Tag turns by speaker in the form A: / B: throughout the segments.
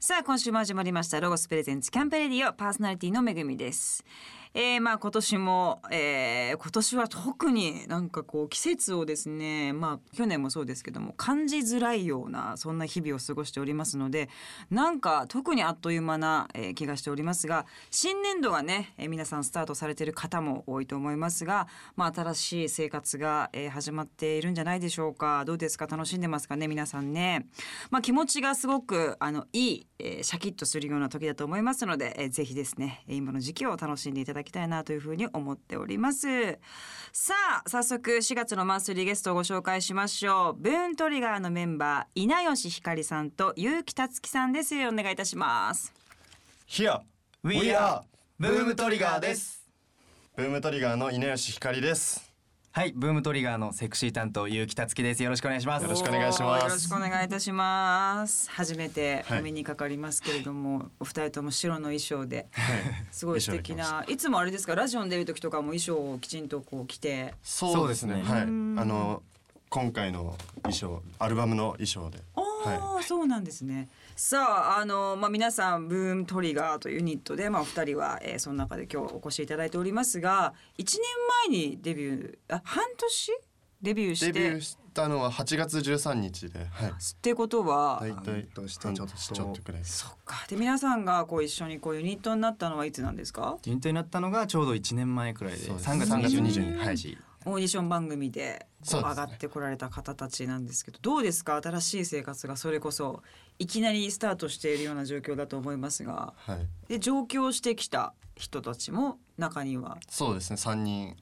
A: さあ今週も始まりましたロゴスプレゼンツキャンペレディオパーソナリティのめぐみです。えー、まあ今年も、えー、今年は特になんかこう季節をですねまあ去年もそうですけども感じづらいようなそんな日々を過ごしておりますのでなんか特にあっという間な、えー気がしておりますが新年度がね、えー皆さんスタートされている方も多いと思いますが、まあ、新しい生活が、えー始まっているんじゃないでしょうかどうですか楽しんでますかね皆さんね、まあ、気持ちがすごくあのいい、えーシャキッとするような時だと思いますので、えーぜひですねえー今の時期を楽しんでいただきたいなというふうに思っておりますさあ早速4月のマンスリーゲストをご紹介しましょうブーントリガーのメンバー稲吉ひかりさんと結城たつきさんですお願いいたします
B: Here
C: We are ブームトリガーです
B: ブームトリガーの稲吉ひかりです
C: はいブームトリガーのセクシー担当ゆうきたつきですよろしくお願いします
B: よろしくお願いします
A: よろしくお願いいたします。初めて
B: はい
A: お目にかかりますけれども、お二人とも白の衣装で、すごい素敵
B: 衣装
A: な。いつもあれですか、ラジオに出る時とかも衣装をきちんとこう着て。
B: そう
C: ですね
B: はいあの今回の衣装アルバムの衣装で
A: あ
B: は
A: あ、そうなんですね。さあ、あの、まあ、皆さん、ブームトリガーというユニットで、まあ、お二人は、えーその中で今日お越しいただいておりますが。一年前にデビュー、あ、半年デビューし
B: デ
A: て。
B: ビューしたのは8月13日で、はい、
A: ってことは、
B: 大体
C: 半年とちょっと
B: 半年ちょっとくらいです
A: そっか。で、皆さんがこう一緒にこうユニットになったのはいつなんですか。
C: 順当になったのがちょうど一年前くらいで
B: そうです
C: 3月
B: 3月
C: 22
B: 22
C: 日
A: オーディション番組でこ
B: そううです
A: 上
B: ね
A: がってこられた方たちなんですけどどうですか新しい生活がそれこそいきなりスタートしているような状況だと思いますが
B: はい
A: で上京してきた人たちも中には
B: そうですね3人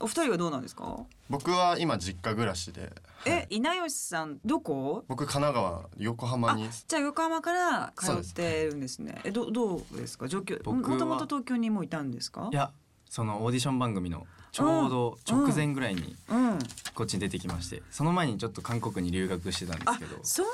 A: お二人はどうなんですか、
B: 僕は今実家暮らしで
A: え稲吉さんどこ
B: 僕神奈川横浜
A: あ
B: に
A: じゃあ横浜から通
B: そう
A: っ
B: です
A: てるんですねえどどうですか状況
C: 僕は
A: もともと東京にもいたんですか
C: いやそのオーディション番組のちょうど直前ぐらいに
A: うん
C: こっちに出てきましてその前にちょっと韓国に留学してたんです
A: あ
C: けど
A: そう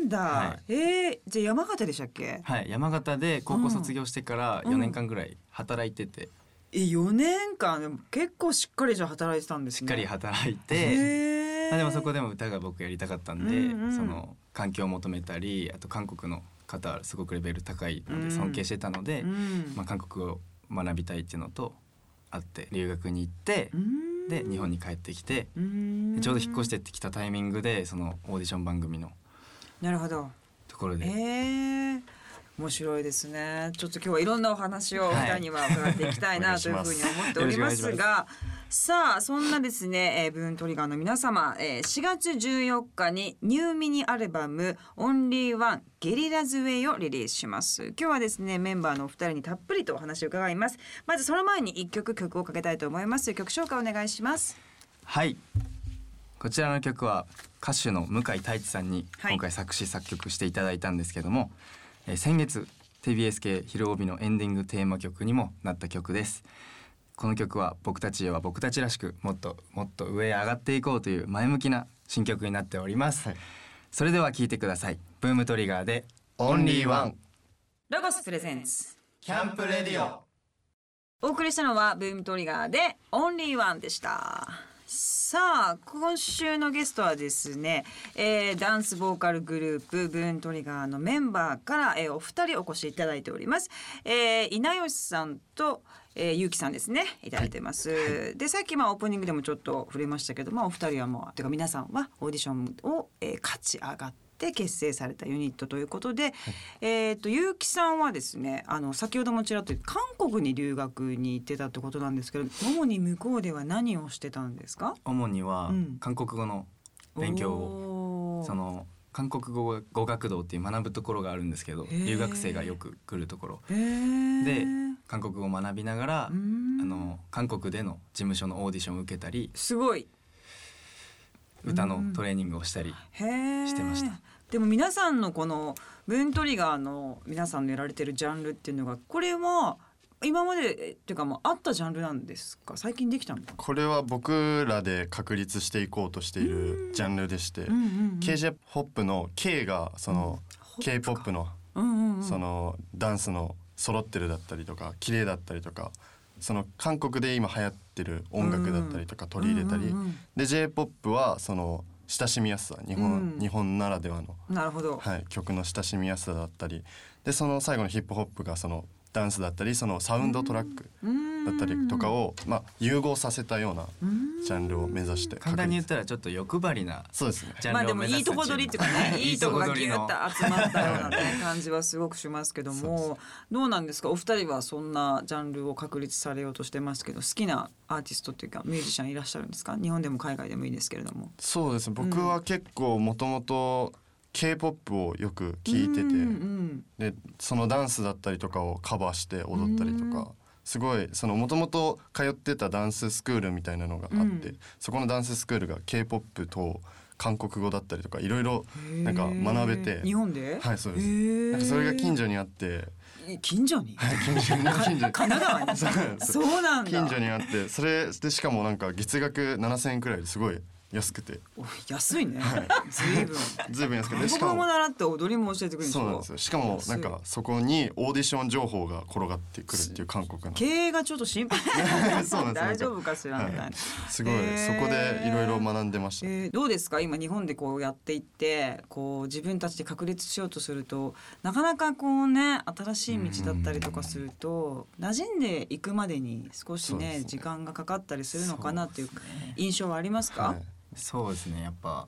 A: なんだ、
C: は
A: えーじゃあ山形でしたっけ
C: はい山形で高校卒業してから
A: うん
C: 4年間ぐらい働いてて
A: え4年間でも結構しっかりじゃあ働いてたんです
C: しっ
A: ね
C: かり働いて
A: へー
C: まあでもそこでも歌が僕やりたかったんで、
A: うんうん
C: その環境を求めたりあと韓国の方はすごくレベル高いの
A: うん
C: で尊敬してたので、
A: うん
C: まあ、韓国を学びたいっていうのとあって留学に行って
A: うん
C: で日本に帰ってきて
A: うん
C: ちょうど引っ越してきたタイミングでそのオーディション番組の
A: なるほど
C: ところ
A: え
C: で、
A: ー面白いですねちょっと今日はいろんなお話をお二人には伺っていきたいな
B: はい
A: というふうに思っておりま
C: よ
A: す
C: ろしくお願いし
A: がさあそんなですね、えー、ブーントリガーの皆様、えー、4月14日にニューミニアルバム「オンリーワンゲリラズウェイ」をリリースします今日はですねメンバーのお二人にたっぷりとお話を伺いますまずその前に一曲曲をかけたいと思います曲紹介お願いします
C: はいこちらの曲は歌手の向井太一さんに
A: はい
C: 今回作詞作曲していただいたんですけども、えー先月 TBS 系披露帯のエンディングテーマ曲にもなった曲ですこの曲は僕たちへは僕たちらしくもっともっと上へ上がっていこうという前向きな新曲になっております、
B: はい
C: それでは聴いてくださいブームトリガーで
B: オンリーワン
A: ロゴスプレゼンツ
C: キャンプレディオ
A: お送りしたのはブームトリガーでオンリーワンでしたさあ今週のゲストはですね、えーダンスボーカルグループブーントリガーのメンバーから、えーお二人お越しいただいております、えー稲吉さんと、えー、ゆうきさんですねいただいてます、でさっきまあオープニングでもちょっと触れましたけど、まあ、お二人はもうてか皆さんはオーディションを、えー勝ち上がってで結成されたユニットということで、えっ、と結城さんはですねあの先ほどもちらっと韓国に留学に行ってたってことなんですけど主に向こうでは何をしてたんですか
C: 主には
A: うん
C: 韓国語の勉強を
A: を
C: その韓国語語学堂っていう学ぶところがあるんですけど
A: へー
C: 留学生がよく来るところ
A: へー
C: で韓国語を学びながら
A: うーん
C: あの韓国での事務所のオーディションを受けたり
A: すごい
C: 歌のトレーニングをしたり
A: へー
C: してました
A: でも皆さんのこのブーントリガーの皆さんのやられてるジャンルっていうのがこれは今までえっていうかもうあったジャンルなんですか最近できたのか、
B: これは僕らで確立していこうとしているジャンルでして
A: うんうんうん
B: K-POP の K がその
A: うん
B: K-POP の
A: うんうんうん
B: そのダンスの揃ってるだったりとか綺麗だったりとかその韓国で今流行ってる音楽だったりとか取り入れたり
A: うんうんうん
B: で J−POP はその親しみやすさ日本、
A: うん
B: 日本ならではの、
A: なるほど。
B: はい、曲の親しみやすさだったりでその最後のヒップホップがそのダンスだったりそのサウンドトラックだったりとかを、まあ、融合させたようなジャンルを目指して
C: 簡単に言っ
B: 確立
C: たらちょっと欲張りな
B: そうですね
C: ジャ
A: まあ
C: ンル
A: で
C: を
A: も
C: 目指
A: い
C: す
A: いとこ取りっていうかねいいとこが ギュッと集まったよう な、ね、感じはすごくしますけどもどうなんですかお二人はそんなジャンルを確立されようとしてますけど好きなアーティストっていうかミュージシャンいらっしゃるんですか日本でも海外でもいいですけれども。
B: そうですね僕は結構もともと k p o p をよく聞いてて、
A: うんうん
B: でそのダンスだったりとかをカバーして踊ったりとかすごいそのもともと通ってたダンススクールみたいなのがあって、
A: うん
B: そこのダンススクールが k p o p と韓国語だったりとかいろいろなんか学べて
A: へー日本で
B: はいそうですな
A: なん
B: かそれが近所にあって
A: 近所に
B: 近所に近所に
A: 神奈川に
B: そうなんです
A: そうなんだ
B: 近所にあってそれでしかもなんか月額7,000円くらいですごい安くて
A: お安いね随分
B: ずいぶん安くてでし
A: 韓
B: か
A: 国語
B: も
A: も習って踊りも教えてくれるんでしょ
B: そうなんですよしかもなんかそこにオーディション情報が転がってくるっていう韓国の
A: 経営がちょっと心配
B: そうなんです
A: 大丈夫かしらみたいな、
B: はいすごい、
A: へー
B: そこでいろいろ学んでました、
A: えーどうですか今日本でこうやっていってこう自分たちで確立しようとするとなかなかこうね新しい道だったりとかすると馴染んでいくまでに少し
B: そうで
A: ね
B: すね
A: 時間がかかったりするのかなっていう印象はありますか、
B: はい
C: そうですねやっぱ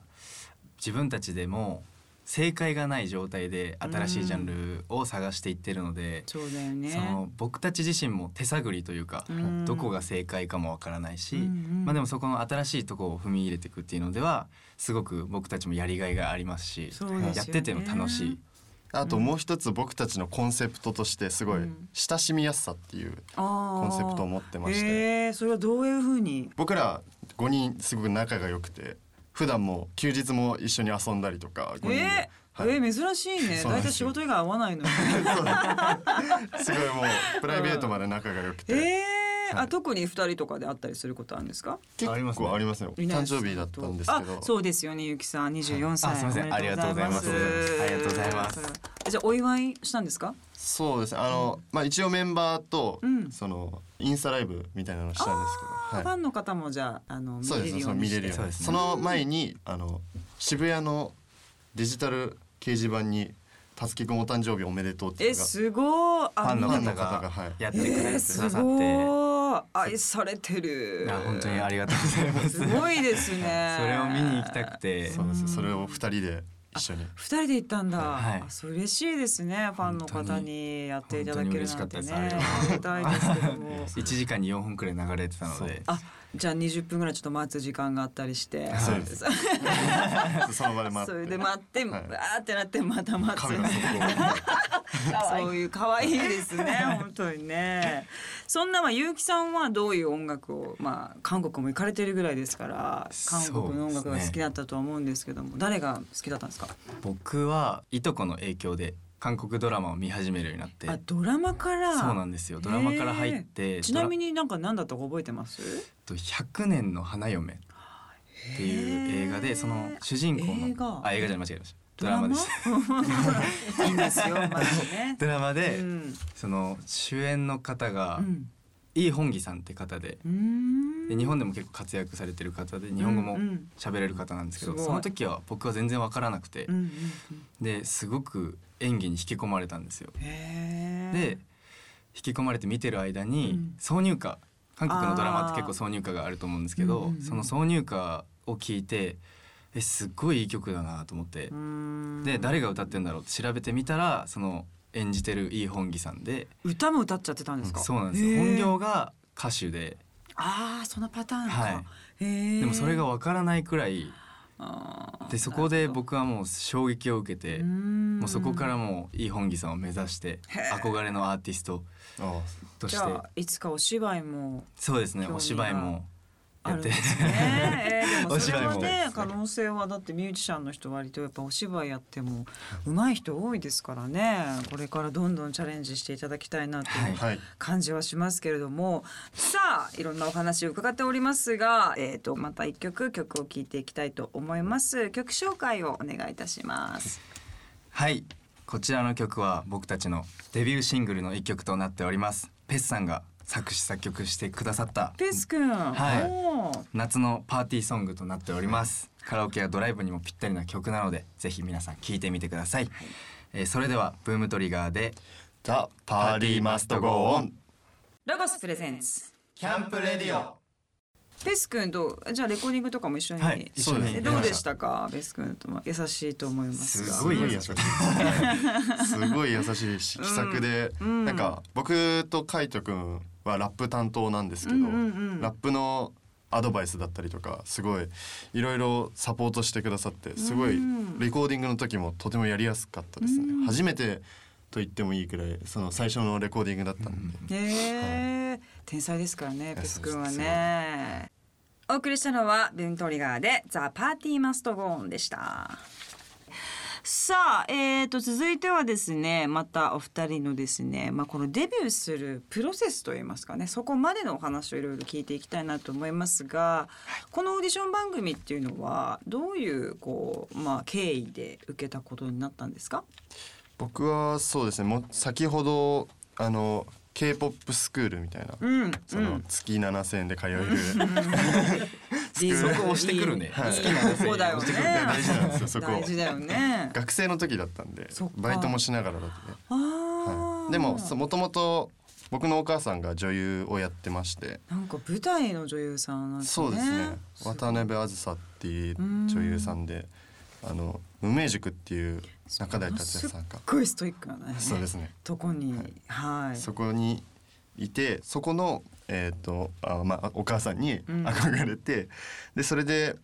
C: 自分たちでも正解がない状態で新しいジャンルを探していってるので、
A: そうだよね
C: その僕たち自身も手探りというか、
A: うん
C: どこが正解かもわからないし、
A: うんうん
C: まあでもそこの新しいところを踏み入れていくっていうのではすごく僕たちもやりがいがありますし
A: そうですよね
C: やってても楽しい
B: あともう一つ僕たちのコンセプトとしてすごい
A: うん
B: 親しみやすさっていう
A: コ
B: コンセプトを持ってまして
A: えー、それはどういうふうに
B: 僕ら5人すごく仲が良くて普段も休日も一緒に遊んだりとか5人で、
A: えー
B: はい
A: えー珍しい ね
B: そうな
A: 大
B: ん
A: 体
B: ですよ
A: 仕事以外合わないのに
B: すごいもうプライベートまで仲が良くて、
A: えー
B: は
A: あ
B: い
A: 特に二人とかで会ったりすることあるんですか
B: 結構ありますね
A: いない
B: 誕生日だったんですけど
A: あそうですよねゆきさん二十四歳、
C: はいあすいません
A: おめで
C: ありがとうございますありがとうございます
A: えじゃあお祝いしたんですか
B: そうですねあの、まあ一応メンバーと、
A: うん
B: そのインスタライブみたいなのをしたんですけど、はい
A: ファンの方もじゃああの見
B: そうで
A: れる
B: すね
A: よ
B: そうう
A: に
B: 見
A: し
B: れ
A: て
B: るよう
C: そう
B: に
C: ですね
B: その前にあの渋谷のデジタル掲示板に「たつきくんお誕生日おめでとう」ってい
A: え
B: うのが
A: すごい
C: ファンの
B: ファン
C: 方
B: の方が
C: が
B: はい
C: やってくれてく
A: えー、
C: だ
A: す
C: さって、
A: ごい愛されてる
C: いや本当にありがとうございます。
A: すごいですね
C: それを見に行きたくて
B: そうですそれを二人で一緒に
A: 二人で行ったんだ、
C: はい
A: あそう嬉しいですねファンの方にやっていただけるなんてね
C: 本当に
A: ありがたいですけども
C: 1時間に4本くらい流れてたので
A: あじゃあ20分ぐらいちょっと待つ時間があったりして、
B: そうです その場で待って
A: それで待って、
B: はい
A: わーってなってまた待つ
B: カメラそこ
A: そういう 可愛いですね本当にねそんなまあ結城さんはどういう音楽をまあ韓国も行かれてるぐらいですから韓国の音楽が好きだったとは思うんですけども、誰が好きだったんですか
C: 僕はいとこの影響で韓国ドラマを見始めるようになって
A: あドラマから
C: そうなんですよドラマから入って、
A: ちなみ
C: に
A: になんか何だったか覚えてます
C: 100年の花嫁っていう映画
A: へ
C: で
A: ー
C: その主人公の
A: 映画
C: あ映画じゃない間違えました
A: ド
C: ド
A: ラ
C: ラ
A: マ
C: マです
A: いいんですよまずね
C: ドラマで、
A: うん
C: その主演の方が、
A: うん
C: イ・ホンギさんって方で
A: うーん
C: で日本でも結構活躍されてる方で日本語も
A: うんうん
C: 喋れる方なんですけど、
A: すごい
C: その時は僕は全然わからなくて、
A: うんうん
C: ですごく演技に引き込まれたんですよ。
A: うんへー
C: で引き込まれて見てる間に、
A: うん
C: 挿入歌韓国のドラマって結構挿入歌があると思うんですけど、
A: うんうんうん
C: その挿入歌を聞いてえすっごいいい曲だなと思って
A: う、ーん
C: で誰が歌ってんだろうって調べてみたらその演じてるイ・ホンギさんで
A: 歌も歌っちゃってたんですか、
C: そうなんですよ
A: へー
C: 本業が歌手で
A: ああそのパターンか、
C: は
A: へえ
C: でもそれがわからないくらい
A: あー
C: でそこで僕はもう衝撃を受けて
A: うー。ん
C: もうそこからもうイ・ホンギさんを目指して
A: へー
C: 憧れのアーティスト
B: あ
C: と
A: じ
C: し
A: ゃ
C: て
A: あいつかお芝居も
C: そうですね
A: 興味が
C: お芝居も
A: あ
C: や
A: る
C: っ
A: ん
C: て
A: ですね、えー、でも
C: お
A: それ
C: 芝居も
A: はね可能性はだってミュージシャンの人割とやっぱお芝居やっても上手い人多いですからねこれからどんどんチャレンジしていただきたいなと
C: はい
B: はい
A: 感じはしますけれどもさあいろんなお話を伺っておりますが、えー、とまた一曲曲を聴いていきたいと思います曲紹介をお願いいたします
C: はいこちらの曲は僕たちのデビューシングルの一曲となっておりますペスさんが作詞作曲してくださった
A: ペース君
C: はい
A: おー
C: 夏のパーティーソングとなっておりますカラオケやドライブにもぴったりな曲なのでぜひ皆さん聴いてみてください、えーそれではブームトリガーで
B: The Party Must Go On
A: ロゴスプレゼンツ
C: キャンプレディオ
A: ベス君とじゃあレコーディングとかも一緒に、
C: はい
B: 一緒に
A: えどうでしたかベス君とも優しいと思いますが
C: すごい優しい
B: すごい優しいし気さくで、なんか僕と海斗くんはラップ担当なんですけど、
A: うんうんうん
B: ラップのアドバイスだったりとかすごいいろいろサポートしてくださってすごい
A: うん
B: レコーディングの時もとてもやりやすかったですね、
A: うん
B: 初めてと言ってもいいくらいその最初のレコーディングだったんで、
A: へえ天才ですからね
B: や
A: ペス君は
B: そうです
A: ねお送りしたのはブームトリガーでザ・パーティーマストゴーンでしたさあ、えー、と続いてはですねまたお二人のですね、まあ、このデビューするプロセスといいますかねそこまでのお話をいろいろ聞いていきたいなと思いますが、このオーディション番組っていうのはどういうこう、まあ、経緯で受けたことになったんですか
B: 僕はそうですねもう先ほどあの k p o p スクールみたいな、
A: うん、
B: そうの
A: ん
B: 月7,000円で通える、
C: そこ押してくるね
A: はい
C: 好き
A: いいとこだよね。
B: 大事なんですよそこ
A: 大事だよね。
B: 学生の時だったんで
A: そっか
B: バイトもしながらだったね、
A: あー
B: はい、でももともと僕のお母さんが女優をやってまして
A: なんか舞台の女優さんなんですね。
B: そうですね
A: すごい
B: 渡辺あずさっていう女優さんであの無名塾っていう中台達也さんが
A: すっごいストイックなね。
B: そうですね
A: とこに、はい。
B: そこにいてそこの、えーとあまあ、お母さんに
A: ん
B: 憧れて、でそれで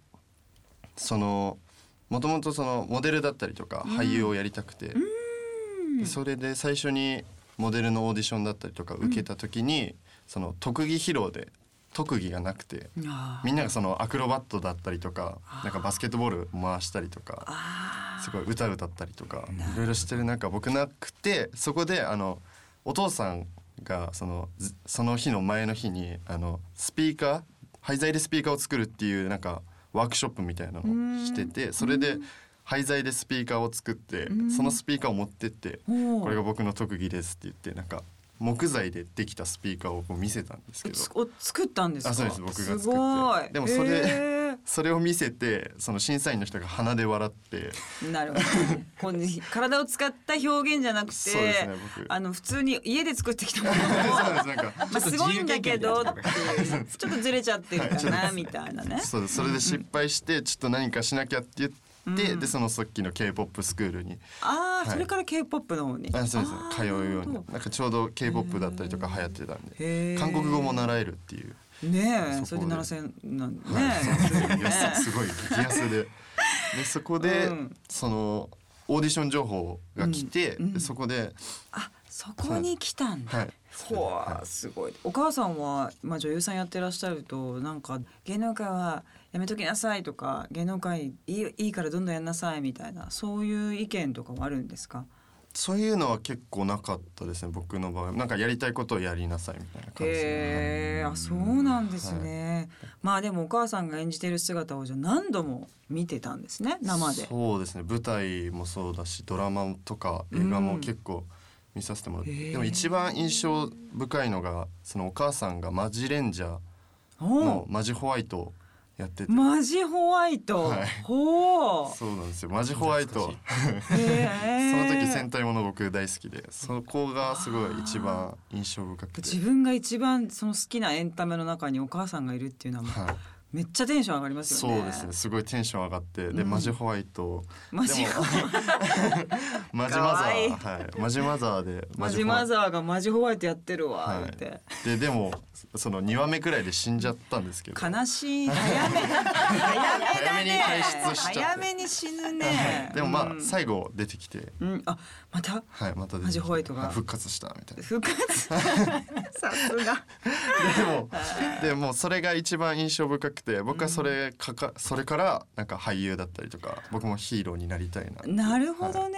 B: そのもともとそのモデルだったりとか俳優をやりたくて、でそれで最初にモデルのオーディションだったりとか受けた時に、その特技披露で特技がなくて。
A: あー
B: みんながそのアクロバットだったりとかなんかバスケットボール回したりとか
A: あ
B: すごい歌歌ったりとかいろいろしてる中僕なくてそこであのお父さんがそのずその日の前の日にあのスピーカー廃材でスピーカーを作るっていうなんかワークショップみたいなのをしててそれで廃材でスピーカーを作ってそのスピーカーを持ってって「
A: おー
B: これが僕の特技です」って言ってなんか木材でできたスピーカーをこう見せたんですけ
A: ー
B: ど
A: つお作ったんですか。
B: あそうです僕が作って
A: ごい。
B: でもそれ
A: へ
B: それを見せてその審査員の人が鼻で笑って。
A: ーなるほどね。こう体を使った表現じゃなくて、
B: そうですね僕
A: あの普通に家で作ってきたものを
B: そうですなんか
A: まあ、すごいんだけどっていうちょっとずれちゃってるか
B: は
A: ないみたいなね。
B: そうですそれで失敗してちょっと何かしなきゃって言って、
A: うん
B: でそのさっきの k p o p スクールに
A: ああ、
B: はい
A: それから K-POP の方に。
B: あそうです
A: あー
B: 通うように
A: なるほ
B: なんかちょうど k p o p だったりとか流行ってたん
A: へー
B: で韓国語も習えるっていう、
A: どねえ、そ
B: そ
A: れ
B: こ
A: で
B: で
A: 七千なんねえ。
B: はいそう
A: そう
B: です安
A: ね
B: すごい激安ででそこで、
A: うん
B: そのオーディション情報が来て、
A: うんうん
B: でそこで、
A: あ、そこに来たんだ。
B: はい、
A: ほわ
B: はい
A: すごい。お母さんは、まあ、女優さんやってらっしゃると、なんか芸能界はやめときなさいとか、芸能界いいいいからどんどんやんなさいみたいな、そういう意見とかもあるんですか。
B: そういうのは結構なかったですね僕の場合なんかやりたいことをやりなさいみたいな感じで。
A: へえ、あ、そうなんですね。まあでもお母さんが演じてる姿をじゃあ何度も見てたんですね、生で。
B: そうですね舞台もそうだしドラマとか映画
A: うん
B: も結構見させてもらって、
A: へー
B: でも一番印象深いのがそのお母さんがマジレンジャー
A: お
B: のマジホワイトをやってて、
A: マジホワイト。
B: はい
A: ほう。
B: そうなんですよマジホワイト
A: へ
B: そ
C: 懐
A: え
B: の時戦隊もの僕大好きでそこがすごい一番印象深くて
A: 自、分が一番その好きなエンタメの中にお母さんがいるっていうのはもう
B: はい、
A: めっちゃテンション上がりますよね。
B: そうですねすごいテンション上がってで、
A: うん
B: マジホワイト
A: マジホワイト
B: マジマザ
A: かわいい
B: ーはい、マジマザーで
A: マジ
B: ホワイ
A: マ
B: ト
A: ザーがマジホワイトやってるわ言って。
B: はい、ででもその2話目くらいで死んじゃったんですけど
A: 悲しい早め早めだ
B: 早めに
A: ね
B: 退出しちゃって
A: 早めに死ぬね
B: でもまあ、
A: うん
B: 最後出てきて、
A: うん、あ、また
B: はい、また出てきて
A: マジホワイトが
B: はい復活したみたいな。
A: 復 活。さすが。
B: でも、でもそれが一番印象深くて、僕はそれかか、それからなんか俳優だったりとか、僕もヒーローになりたいな。
A: なるほどね。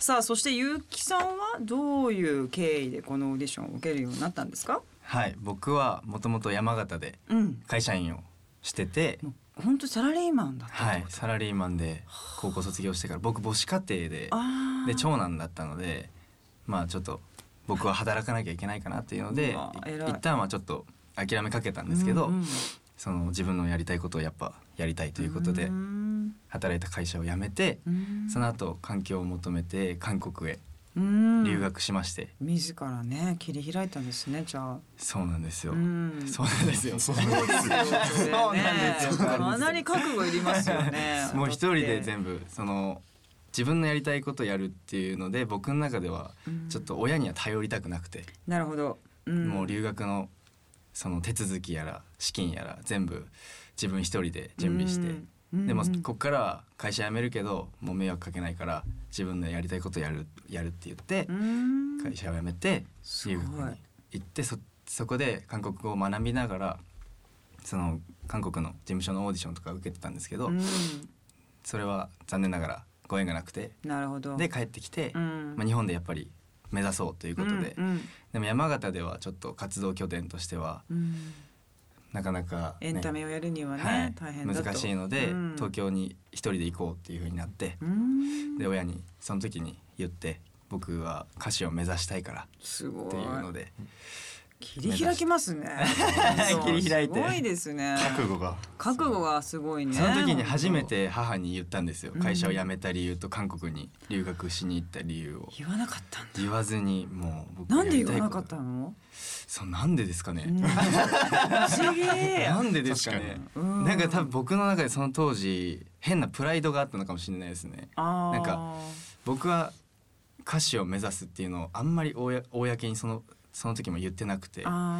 A: さあ、そしてゆうきさんはどういう経緯でこのオーディションを受けるようになったんですか。
C: はい僕はもともと山形で
A: うん。
C: 会社員をしてて、
A: もう本当サラリーマンだった。
C: はい、サラリーマンで高校卒業してから僕母子家庭で
A: ああ。
C: で長男だったのでまあちょっと僕は働かなきゃいけないかなっていうので
A: うわ
C: い
A: 偉い
C: 一旦はちょっと諦めかけたんですけど、
A: うんうん
C: その自分のやりたいことをやっぱやりたいということで
A: うん
C: 働いた会社を辞めて
A: うん
C: その後環境を求めて韓国へ
A: うん
C: 留学しまして、
A: 自らね切り開いたんですねじゃあ
C: そうなんですよ、
A: うん
C: そうなんですよ
B: そうなんですよ
C: そうなんですよ
A: ねかなり覚悟いりますよ ね
C: もう一人で全部その自分のやりたいことやるっていうので僕の中では
A: うん
C: ちょっと親には頼りたくなくて、
A: なるほど、うん
C: もう留学のその手続きやら資金やら全部自分一人で準備して、
A: うん
C: でも
A: うんうん
C: こっからは会社辞めるけどもう迷惑かけないから自分のやりたいことやるやるって言って
A: うん
C: 会社を辞めて
A: すごい
C: 留学に行ってそそこで韓国語を学びながらその韓国の事務所のオーディションとか受けてたんですけど、
A: うん
C: それは残念ながらご縁がなくて
A: なるほど
C: で帰ってきて、
A: うん
C: まあ、日本でやっぱり目指そうということで、
A: うんうん
C: でも山形ではちょっと活動拠点としては
A: うん
C: なかなか、
A: エンタメをやるにはね
C: はい
A: 大変だと
C: 難しいので、
A: うん
C: 東京に一人で行こうっていうふうになって、
A: うん
C: で親にその時に言って僕は歌手を目指したいから
A: すごい
C: っていうので
A: 切り開きます ね
C: 切り開いて
A: すごいですね
B: 覚悟が
A: 覚悟がすごいね
C: その時に初めて母に言ったんですよ
A: うん
C: 会社を辞めた理由と韓国に留学しに行った理由を
A: 言わなかったんだ
C: 言わずにもう僕
A: なんで
C: やり
A: 言
C: い
A: わ
C: こ
A: な
C: と
A: かったの
C: そうなんでですかね、
A: うん不思議
C: なんでですかね
A: 確かにうん
C: なんか多分僕の中でその当時変なプライドがあったのかもしれないですね
A: あー
C: なんか僕は歌手を目指すっていうのをあんまり公公にそのその時も言ってなくて
A: あ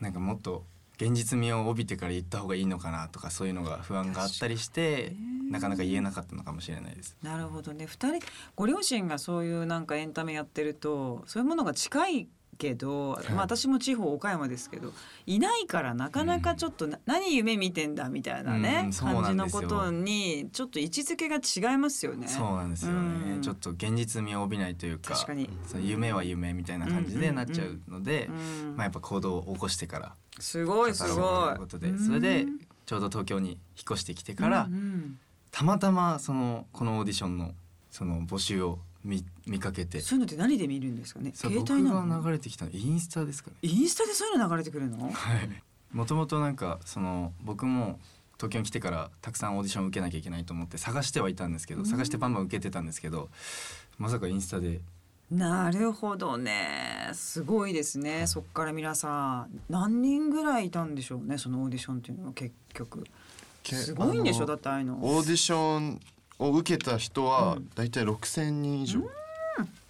C: なんかもっと現実味を帯びてから言った方がいいのかなとかそういうのが不安があったりしてなかなか言えなかったのかもしれないです。
A: ーなるほどね二人ご両親がそういうなんかエンタメやってるとそういうものが近いけど、まあ、私も地方岡山ですけどいないからなかなかちょっとな、何夢見てんだみたいなね、
C: うんそう
A: 感
C: な
A: じ
C: ん
A: の
C: です
A: こ
C: よ
A: とにちょっと位置づけが違いますよね。
C: そうなんですよね、
A: うん
C: ちょっと現実味を帯びないというか
A: 確かに
C: その夢は夢みたいな感じでなっちゃうので、
A: うん
C: まあ、やっぱ行動を起こしてから
A: すごいす
C: 語ろう
A: ご
C: と
A: い
C: いうことでそれで
A: うん
C: ちょうど東京に引っ越してきてから、
A: うんうん
C: たまたまそのこのオーディションのその募集を見見かけて
A: そういうのって何で見るんですかね
C: そう
A: 携
C: 僕
A: 帯な
C: が
A: の
C: 流れてきたのインスタですかね
A: インスタでそういうの流れてくるの
C: もともとなんかその僕も東京に来てからたくさんオーディションを受けなきゃいけないと思って探してはいたんですけど探してバンバン受けてたんですけどまさかインスタで
A: なるほどねすごいですねそっから皆さん何人ぐらいいたんでしょうねそのオーディションっていうのは結局
B: け
A: すごいんでし
B: あ
A: ょ
B: の
A: だってああいうの
B: オーディションを受けた人はだいたい6,000人以上っ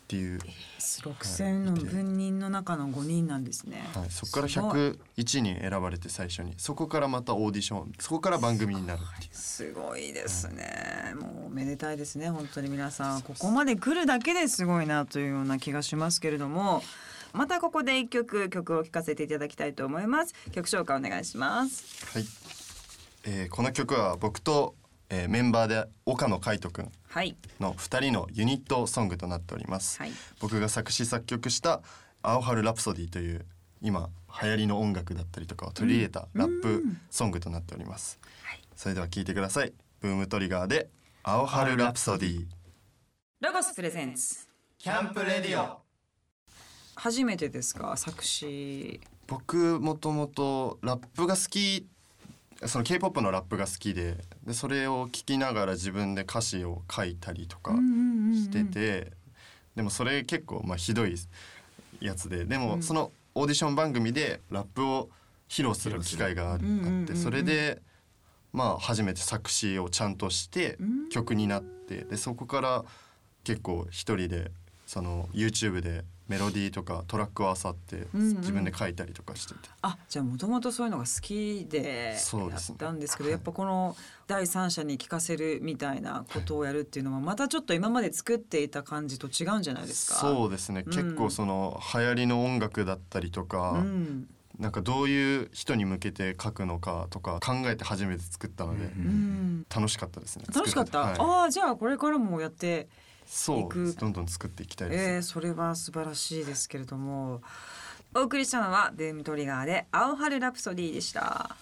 B: ていう、
A: 6,000の分人の中の5人なんですね、
B: はい、そこから
A: すごい
B: 101人選ばれて最初にそこからまたオーディションそこから番組になるっていう
A: すごいですねもうおめでたいですね本当に皆さんここまで来るだけですごいなというような気がしますけれどもまたここで一曲曲を聴かせていただきたいと思います曲紹介お願いします
B: はい、えーこの曲は僕と、えーメンバーで岡野海人くん
A: はい
B: の2人のユニットソングとなっております、
A: はい
B: 僕が作詞作曲した「青春ラプソディ」という今流行りの音楽だったりとかを取り入れたラップソングとなっております、
A: はい
B: それでは聴いてくださいブームトリガーで「青春ラプソディ
A: ロゴスプレゼンツ
C: キャンプレディオ
A: 初めてですか作詞」
B: 僕もともとラップが好きその k p o p のラップが好きででそれを聴きながら自分で歌詞を書いたりとかしてて、でもそれ結構まあひどいやつででもそのオーディション番組でラップを披露する機会がああっ
A: うんうんうんうん
B: てそれでまあ初めて作詞をちゃんとして曲になってでそこから結構一人でその YouTube でメロディーとかトラックを漁って
A: うんうん
B: 自分で書いたりとかしてて。
A: あじゃあもともとそういうのが好きで
B: そう
A: や
B: ですね
A: ったんですけど
B: はい
A: やっぱこの第三者に聞かせるみたいなことをやるっていうのはまたちょっと今まで作っていた感じと違うんじゃないですか
B: そうですね、
A: うん
B: 結構その流行りの音楽だったりとか、
A: ん
B: なんかどういう人に向けて書くのかとか考えて初めて作ったので、
C: うん
A: うん
B: 楽しかったですね
A: 楽しかった、
B: 作てはい、
A: ああじゃあこれからもやって
B: そ
A: 行
B: う
A: く
B: どんどん作っていきたいです、
A: えー、それは素晴らしいですけれどもお送りしたのは「ブームトリガー」で「青春ラプソディ」でした。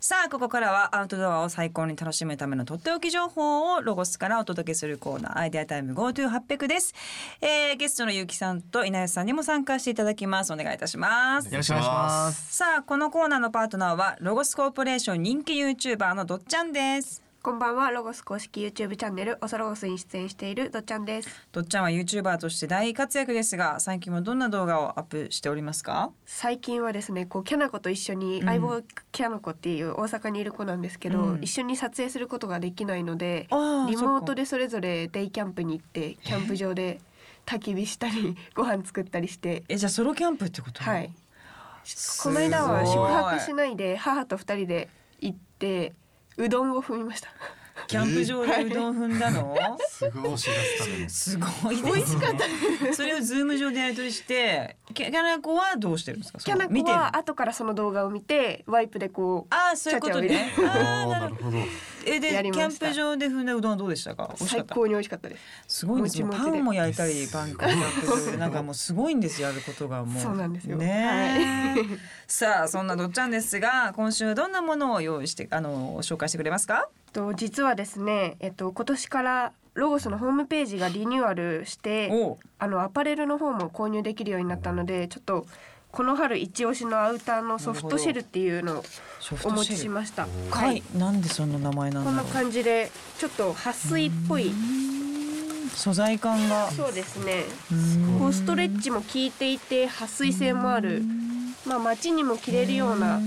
A: さあここからはアウトドアを最高に楽しむためのとっておき情報をロゴスからお届けするコーナーアイデアタイム GoTo800 です、えー、ゲストのゆうきさんと稲吉さんにも参加していただきますお願いいたします
C: よろしくお願いします。
A: さあこのコーナーのパートナーはロゴスコーポレーション人気 YouTuber のどっちゃんです
D: こんばんはロゴス公式 YouTube チャンネルおそロゴスに出演しているどっちゃんです
A: どっちゃんは YouTuber として大活躍ですが最近もどんな動画をアップしておりますか
D: 最近はですねこうキャナコと一緒に相棒キャナコっていう大阪にいる子なんですけど、
A: うん
D: 一緒に撮影することができないので
A: あー
D: リモー
A: そっか
D: トでそれぞれデイキャンプに行ってキャンプ場で焚き火し たりご飯作ったりして
A: えじゃあソロキャンプってこと
D: はい
A: す
D: こ
A: ご
D: の
A: い
D: 間は宿泊しないで母と二人で行ってうどんを踏みました
A: キャンプ場でうどん踏んだの、
B: すごい
C: 知らせために
A: すごい美味しかったそれをズーム上でやり取りしてキャキャナコはどうしてるんですか
D: キャナ
A: 見
D: コ
A: てる
D: は後からその動画を見てワイプでこう
A: ああそういうことね
D: ち
A: あーなるほど
B: ほ ど。
A: えでキ
D: やりまし
A: ャ
D: た
A: ンプ場で踏んだうどんはどうでしたか美味しか
D: 最
A: った
D: 高に美味しかったです
A: すごいんですよ
D: もちも
A: パ
D: ちで
A: ンも焼いたりパンからキャンプ場でなんかもうすごいんですよやることがもう
D: そうなんですよ
A: ねえ、さあそんなどっちゃんですが今週はどんなものを用意してあの紹介してくれますか
D: と実はですね、えっと、今年からロゴスのホームページがリニューアルして
A: おう
D: あのアパレルの方も購入できるようになったのでちょっとこの春一押しのアウターのソフトシェルっていうのを
A: ソフ
D: お
A: ト
D: 持
A: シ
D: ち
A: ェ
D: し
A: ル
D: ましたは
A: はい
D: い、
A: なんでそんな名前な
D: こん
A: んだろ
D: な
A: う
D: 感じでちょっと撥水っぽい
A: 素材感が
D: そうですね
A: うん
D: こうストレッチも効いていて撥水性もある、まあ、街にも着れるような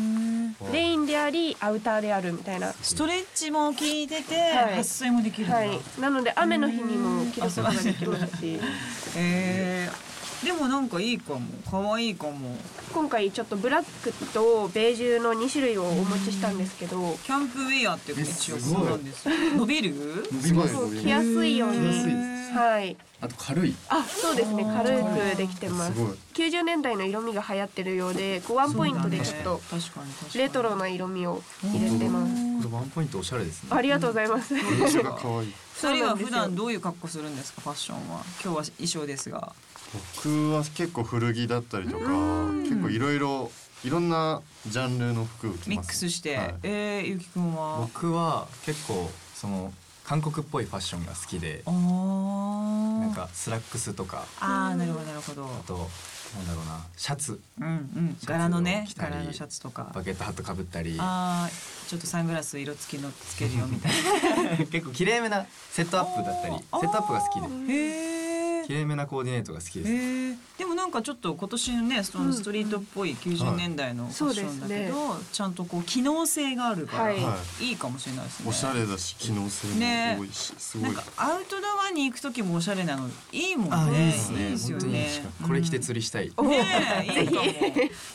D: レインでありアウターであるみたいな。
A: ストレッチも効いてて、
D: はい
A: 発水もできるんだ、
D: はい、なので雨の日にも着ることができますし
A: えーでもなんかいいかも可愛いかも
D: 今回ちょっとブラックとベージュの2種類をお持ちしたんですけど
A: キャンプウェアっていうの
C: え
A: が一応
C: すご
A: そ
C: いう
A: なんですよ伸びる
B: すごい
D: そ
B: 伸
D: う着
B: びま。
D: やすいよう
A: 着や
C: すい
D: に
C: で
D: はい
C: あと軽い。
D: あそうですね軽くできてますす
B: すごい。
D: 90年代の色味が流行ってるようでこうワンポイントでちょっと
A: そうだね確かに確かに
D: レトロな色味を入れてます
C: これワンポイントおしゃれですね。
D: ありがとうございます
B: それが可愛い。
A: 二人は普
D: そ
A: 段
D: うなんですよ
A: どういう格好するんですかファッションは今日は衣装ですが
B: 僕は結構古着だったりとか、結構いろいろいろんなジャンルの服を着ます。
A: ミックスして、
B: はい
A: えー、ゆうきくんは
C: 僕は結構その韓国っぽいファッションが好きで
A: あ、
C: なん
A: ー
C: かスラックスとか、
A: あーなるほどなるほど
C: あとなんだろうな、シャツ、
A: うんうん
C: シャツを
A: 柄のね
C: 着たり
A: 柄のシャツとか
C: バケットハットかぶったり、
A: あーちょっとサングラス色付きのつけるよみたいな
C: 結構綺麗めなセットアップだったり、セ
A: あー
C: ットアップが好きで、
A: へ
C: 綺麗めなコーディネートが好きです。
A: えでもなんかちょっと今年のねそのストリートっぽい90年代のファッションだけど、ちゃんとこう機能性があるから、、
D: はいい、
B: はい
A: かもしれないですね
B: おしゃれだし機能性も多いし、すご
A: なん
B: い
A: かアウトドアに行く時もおしゃれなのいいもん
C: い
A: ね
C: いですね。
A: ですよ
C: 本当にいい
A: ね
C: しかこれ着て釣りしたい。
A: うんね えいいかも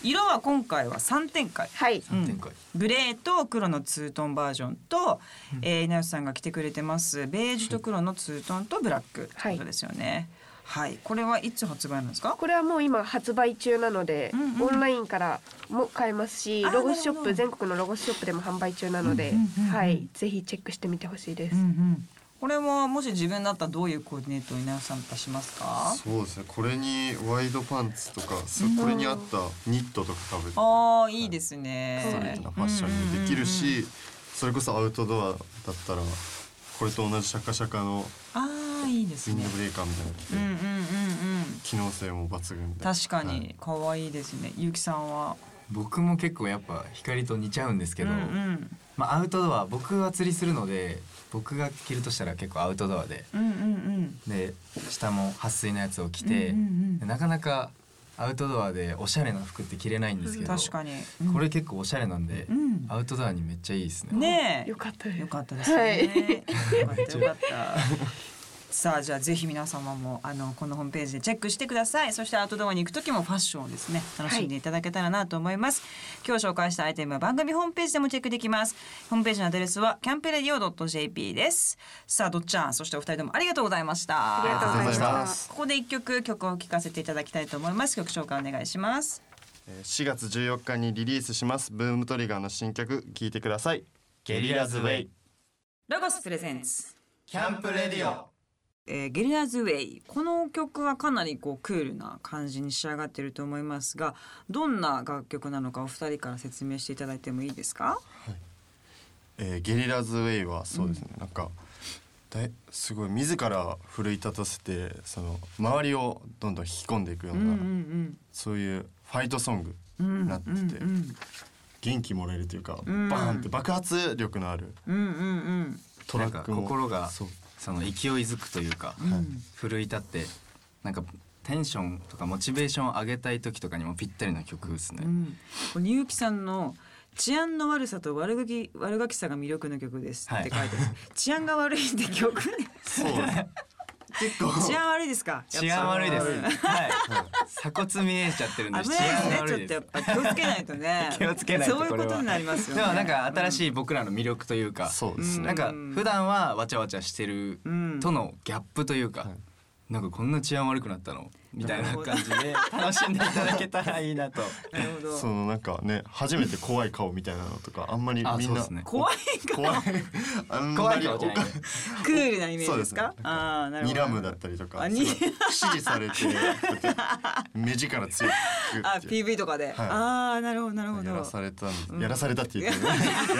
A: 色は今回は3点回
D: はい
A: うん
C: 展開。
A: グレーと黒のツートンバージョンと、えー稲吉さんが着てくれてますベージュと黒のツートンとブラックってことですよね。はい、これはいつ発売なんですか？
D: これはもう今発売中なので、
A: うんうん
D: オンラインからも買えますし
A: あー
D: ロゴスショッ
A: なるほど
D: プ全国のロゴスショップでも販売中なので、
A: うんうんうんうん
D: はいぜひチェックしてみてほしいです、
A: これはもし自分だったらどういうコーディネートを稲吉さんとしますか？
B: そうですねこれにワイドパンツとかそうこれに合ったニットとか被ってス
A: ああいいですね。
B: トレートなファッションにできるし、それこそアウトドアだったらこれと同じシャカシャカの
A: うんうんうん。ああいいで
B: ウ
A: す
B: ィン
A: ね
B: ド。ブレーカーみたいなの着て、
A: うんうんうんうん。
B: 機能性も抜群で
A: 確か
B: はい
A: に可愛いですね。ゆうきさんは。
C: 僕も結構やっぱ光と似ちゃうんですけど、
A: うんうん
C: まあアウトドア僕は釣りするので僕が着るとしたら結構アウトドアで
A: うんうん
C: で下も撥水のやつを着
A: うん。
C: て、
A: うんうん
C: でなかなかアウトドアでおしゃれな服って着れないんです
A: う
C: け
A: ん、
C: ど、
A: 確かに。
C: これ結構おしゃれなんで、
A: うん
C: アウトドアにめっちゃいいですね。
A: ねえ。
D: よかったです
A: よかったですね。
D: はい
A: よかったよかった。さあじゃあぜひ皆様もあのこのホームページでチェックしてくださいそしてアウトドアに行く時もファッションをですね楽しんでいただけたらなと思います、今日紹介したアイテムは番組ホームページでもチェックできますホームページのアドレスはキャンペレディオ .jp ですさあどっちゃんそしてお二人ともありがとうございました
D: ありがとうございました
B: ありがとうございます
A: ここで一曲曲を聴かせていただきたいと思います曲紹介お願いします
B: えー4月14日にリリースしますブームトリガーの新曲聴いてくださいゲリラズウェイ
A: ロゴスプレゼンツ
B: キャンプレディオ
A: えーゲリラズウェイこの曲はかなりこうクールな感じに仕上がっていると思いますがどんな楽曲なのかお二人から説明していただいてもいいですか
B: えーゲリラズウェイはそうですね、なんかだいすごい自ら奮い立たせてその周りをどんどん引き込んでいくよう
A: う
B: な、
A: んうん
B: そういうファイトソング
A: うんうん
B: になってて、
A: うん
B: 元気もらえるというか、
A: ん
B: バーンって爆発力のある
A: うんうんうん
B: トラックも
C: なんか心が
B: そう
C: その勢いづくというか、奮い立ってなんかテンションとかモチベーションを上げたい時とかにもぴったりな曲ですね、
A: うんこれ結城さんの治安の悪さと悪ガキ悪ガキさが魅力の曲ですって書いてある、 治安が悪いって曲
B: そう結構
A: 治安悪いですか
C: 治安悪いです、
A: やっぱ
C: はい、鎖骨見えちゃってるんで
A: 危
C: 治
A: ないです
C: 安
A: ね
C: が悪い
A: ち
C: で
A: ょっとや
C: す
A: っぱ気をつけないとね
C: 気をつけないと
A: そういう
C: こ
A: こ
C: れは
A: とになりますよ
C: で
A: ね
C: もなんか新しい僕らの魅力というか、
B: そうですね
C: なんか普段はわちゃわちゃしてる
A: うん
C: とのギャップというか、
B: はい
C: なんかこんな治安悪くなったのみたい
A: な
C: な
A: るほど
C: 感じで楽しんでいただけたらいいなと
A: なるほど
B: そのなんかね初めて怖い顔みたいなのとかあんまり
C: あ
B: みん
C: そうで
B: な
C: すね
A: 怖い
B: 怖い あん
C: 怖
B: ま
C: い
B: り
C: 顔じゃない
B: おか
A: クールなイメージです
B: そう
A: か
B: ですね
A: ああなるほ
B: 睨
A: ど
B: むだったりとか
A: あ
B: す
A: に
B: ごい指示されて目力強く
A: あ PV とかで、ああなるほどなるほ
B: や
A: ど
B: らされたんやらされたって言ってねや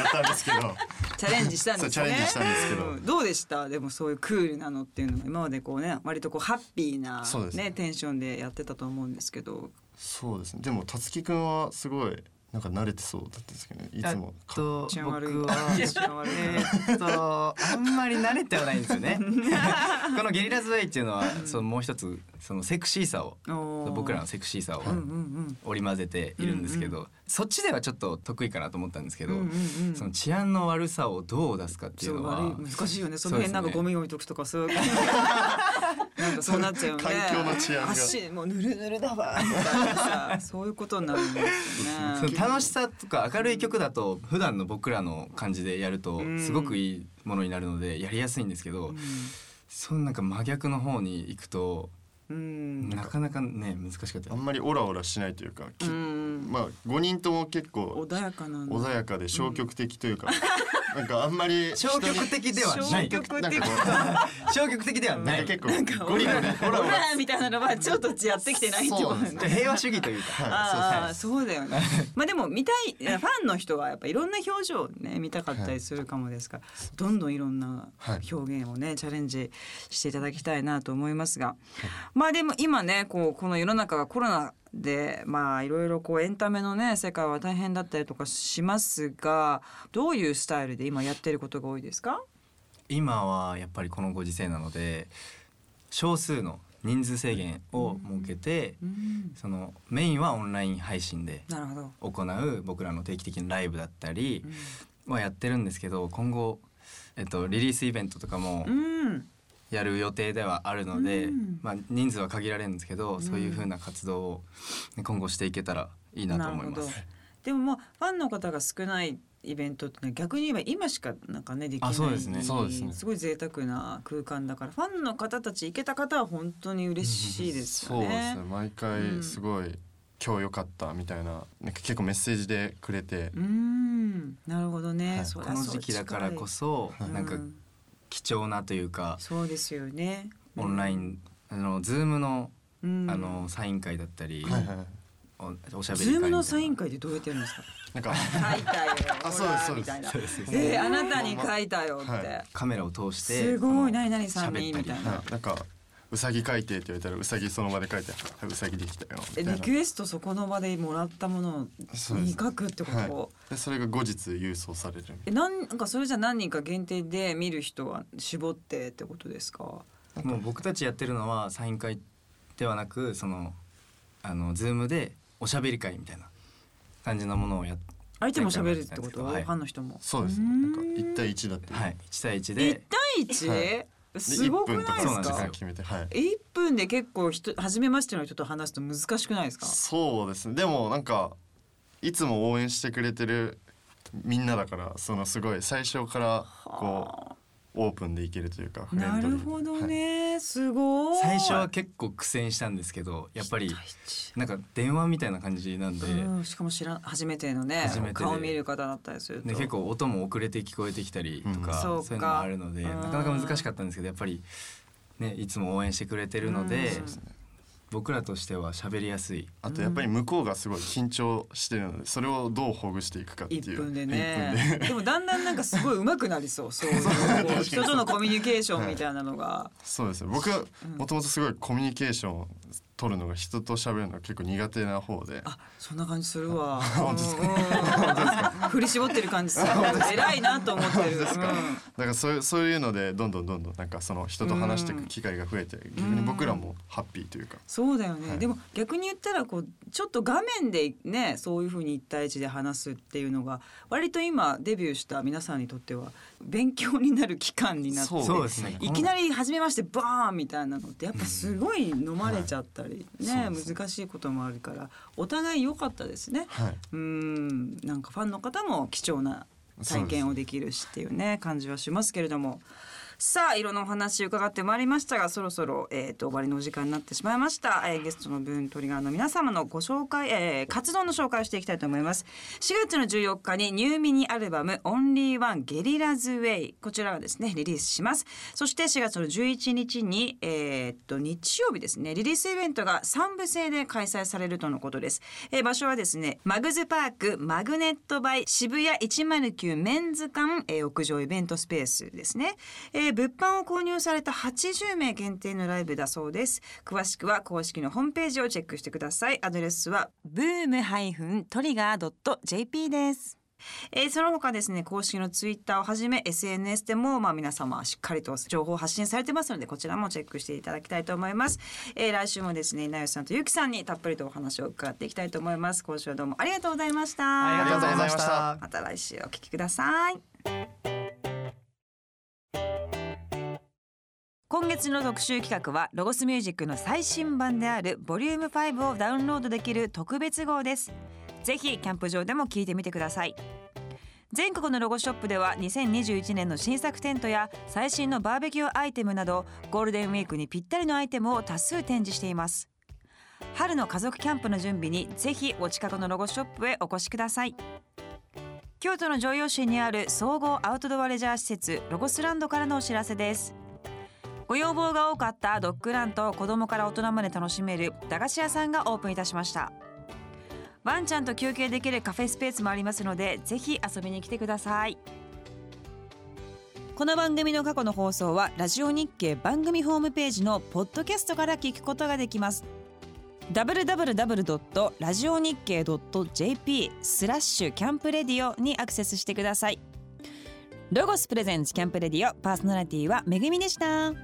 B: ったんですけど
A: チャレンジしたんです
B: そ
A: ね
B: うチャレンジしたんですけど
A: うんどうでしたでもそういうクールなのっていうのが今までこうね割とこうハッピーな
B: そうですね
A: ねテンションでやってたと思うんですけど
B: そうですねでもたつきくんはすごいなんか慣れてそうだったんですけどねいつも
C: えっと
A: 治安悪い
C: 僕は
A: 治安悪い
C: えっとあんまり慣れてはないんですよね このゲリラズウェイっていうのはそのもう一つそのセクシーさを
A: おー
C: 僕らのセクシーさを
A: うんうん
C: 織り交ぜているんですけど、そっちではちょっと得意かなと思ったんですけ
A: うん
C: ど、
A: うんうんうん
C: その治安の悪さをどう出すかってい
A: そうう
C: のは
A: 悪い難しいよねその辺なんか
C: そうですね
A: ゴミ置いとくとか そういうなんかそうなっちゃうよね
B: 環境の治安が
A: 足もうぬるぬるだわみたいなさそういうことになるんです
C: そ
A: よ
C: の
A: ね
C: 楽しさとか明るい曲だと普段の僕らの感じでやると
A: うん
C: すごくいいものになるのでやりやすいんですけど、そのなんか真逆の方に行くと
A: うん
C: なかなかね難しかったで
B: あ
C: す
B: んまりオラオラしないというかき
A: うん
B: まあ5人とも結構
A: 穏やかなんだ
B: 穏やかで消極的というかなんかあんまり
C: 消極的ではな
A: 消
C: い
A: 極
B: なん
A: 的
B: かこ
C: 消極的では
B: うな
C: なんい
B: か結
C: じ
B: 構ゴリゴリオラオ
A: ほ
B: ラ
A: らみたいなのはちょっとやってきてないってこと
B: そうなんです
C: ゃあ平和主義というか
A: ああ
C: そ
A: そうだよね。まあでも見たいファンの人はやっぱいろんな表情をね見たかったりするかもですから、どんどんいろんな表現をねチャレンジしていただきたいなと思いますが、まあでも今ねこうこの世の中がコロナでまあいろいろこうエンタメのね世界は大変だったりとかしますが、どういうスタイルで今やってることが多いですか？
C: 今はやっぱりこのご時世なので少数の人数制限を設けて、そのメインはオンライン配信で
A: なるほど。
C: 行う僕らの定期的なライブだったりはやってるんですけど今後、えっと、リリースイベントとかも
A: うん。
C: やる予定ではあるので、
A: うん
C: まあ、人数は限られるんですけど、そういうふうな活動を今後していけたらいいなと思いま
A: なる
C: す
A: ほ。どでもまあファンの方が少ないイベントってね逆に言えば今しかなんかねできない
C: あそうですね
B: そうですね
A: ごい贅沢な空間だからファンの方たち行けた方は本当に嬉しいです
B: そ
A: よ
B: うです
A: ね
B: ね。毎回すごい、今日良かったみたいななんか結構メッセージでくれて
A: う、んなるほどね、
B: はい
A: そう
C: この時期だからこそ
A: 近い
C: なんか
A: うん
C: 貴重なというか、
A: そうですよね
C: オンライ
A: ン、
C: ンあの Zoom の
A: うん
C: あのサイン会だったり、
B: はいはいはい
C: おおしゃべり
A: ズ
C: 会
A: ー
C: みた
A: ム
C: いな
A: のサイン会でどうやってやるんです か
B: な んか
A: 書いたよ
B: あそうですそうです
A: みたいな
C: そうですそうです
A: えーあなたに書いたよって、
B: はい
C: カメラを通して
A: すごい
C: その
A: 何々さんに
C: 喋ったり
A: みたい
B: はい、なんかうさぎ書いてって言われたらうさぎその場で書いてはいうさぎできたよ
A: え
B: みたい
A: リ
B: な
A: クエストそこの場でもらったもの
B: そうで
A: に
B: す
A: 書くってこと、
B: はい、でそれが後日郵送されるみたいな
A: えなんなんかそれじゃ何人か限定で見る人は絞ってってことですか。
C: もう僕たちやってるのはサイン会ではなくそのあの Zoom でおしゃべり会みたいな感じのものをやっ
A: 相手も喋るってこと、
C: はい
A: ファンの人も。
B: そうですねなんか一対一だって、
C: はい1対1
A: 一
C: で
A: 対一、
B: はい
A: すごくないで
C: そ
A: す
C: うなん
B: 時
C: です
A: か
B: 間。決めてはい
A: 一分で結構人初めましての人と話すと難しくないですか。
B: そうですねでもなんかいつも応援してくれてるみんなだからそのすごい最初からこうオープンでいけるというかフレンド
A: な
B: リー
A: る
B: で
A: ほど
B: はい
A: ね、すごい。
C: 最初は結構苦戦したんですけどやっぱり
A: 一
C: なんか電話みたいな感じなんで
A: 対一うん、しかも知らん初めてのね
C: 初めてで
A: 顔見る方だったりすると。
C: で結構音も遅れて聞こえてきたりとか
A: うん
C: そういうのもあるので
A: そうか
C: なかなか難しかったんですけどやっぱりねいつも応援してくれてるので
A: うん
C: 僕らとしては喋りやすい
B: あとやっぱり向こうがすごい緊張してるのでそれをどうほぐしていくかっていう
A: 一分で
B: 一分
A: ね
B: で
A: でもだんだんなんかすごい上手くなりそうそういうこう人とのコミュニケーションみたいなのが、
B: そうですね僕は
A: うん
B: もともとすごいコミュニケーションを取るのが人と喋るのが結構苦手な方で
A: あそんな感じするわ
B: 本当ですか
A: うんうん振り絞ってる感じする偉いなと思ってる
B: ですか
A: うん
B: だからそういうそういうのでどんどんどんどんなんかその人と話していく機会が増えて逆に僕らもハッピーというか
A: そうだよね、
B: はい
A: でも逆に言ったらこうちょっと画面でねそういうふうに一対一で話すっていうのが割と今デビューした皆さんにとっては勉強になる期間になって
B: そう
C: そうですね
A: いきなり初めましてバーンみたいなのってやっぱすごい飲まれちゃったり、ね
B: そうですね
A: 難しいこともあるからお互い良かったですね。
B: はい
A: うんなんかファンの方も貴重な体験をできるしっていうね感じはしますけれどもさあいろんなお話伺ってまいりましたがそろそろ、えー、と終わりのお時間になってしまいました、えーゲストの分トリガーの皆様のご紹介、えー活動の紹介をしていきたいと思います4月の14日にニューミニアルバム「オンリーワンゲリラズウェイ」こちらがですねリリースしますそして4月の11日に、えーっと日曜日ですねリリースイベントが3部制で開催されるとのことです、えー場所はですねマグズパークマグネットバイ渋谷109メンズ館、えー屋上イベントスペースですね、えー物販を購入された80名限定のライブだそうです詳しくは公式のホームページをチェックしてくださいアドレスは boom-trigger.jp ですえーその他ですね公式のツイッターをはじめ SNS でも、まあ、皆様しっかりと情報を発信されてますのでこちらもチェックしていただきたいと思います、えー来週もですね稲吉さんとゆきさんにたっぷりとお話を伺っていきたいと思います今週はどうもありがとうございました
B: ありがとうございました
A: また来週お聞きください今月の特集企画はロゴスミュージックの最新版であるボリューム5をダウンロードできる特別号ですぜひキャンプ場でも聞いてみてください全国のロゴショップでは2021年の新作テントや最新のバーベキューアイテムなどゴールデンウィークにぴったりのアイテムを多数展示しています春の家族キャンプの準備にぜひお近くのロゴショップへお越しください京都の常陽市にある総合アウトドアレジャー施設ロゴスランドからのお知らせですご要望が多かったドッグランと子供から大人まで楽しめる駄菓子屋さんがオープンいたしましたワンちゃんと休憩できるカフェスペースもありますのでぜひ遊びに来てくださいこの番組の過去の放送はラジオ日経番組ホームページのポッドキャストから聞くことができます www.radionickei.jp スラッシュキャンプレディオにアクセスしてくださいロゴスプレゼンツキャンプレディオパーソナリティはめぐみでした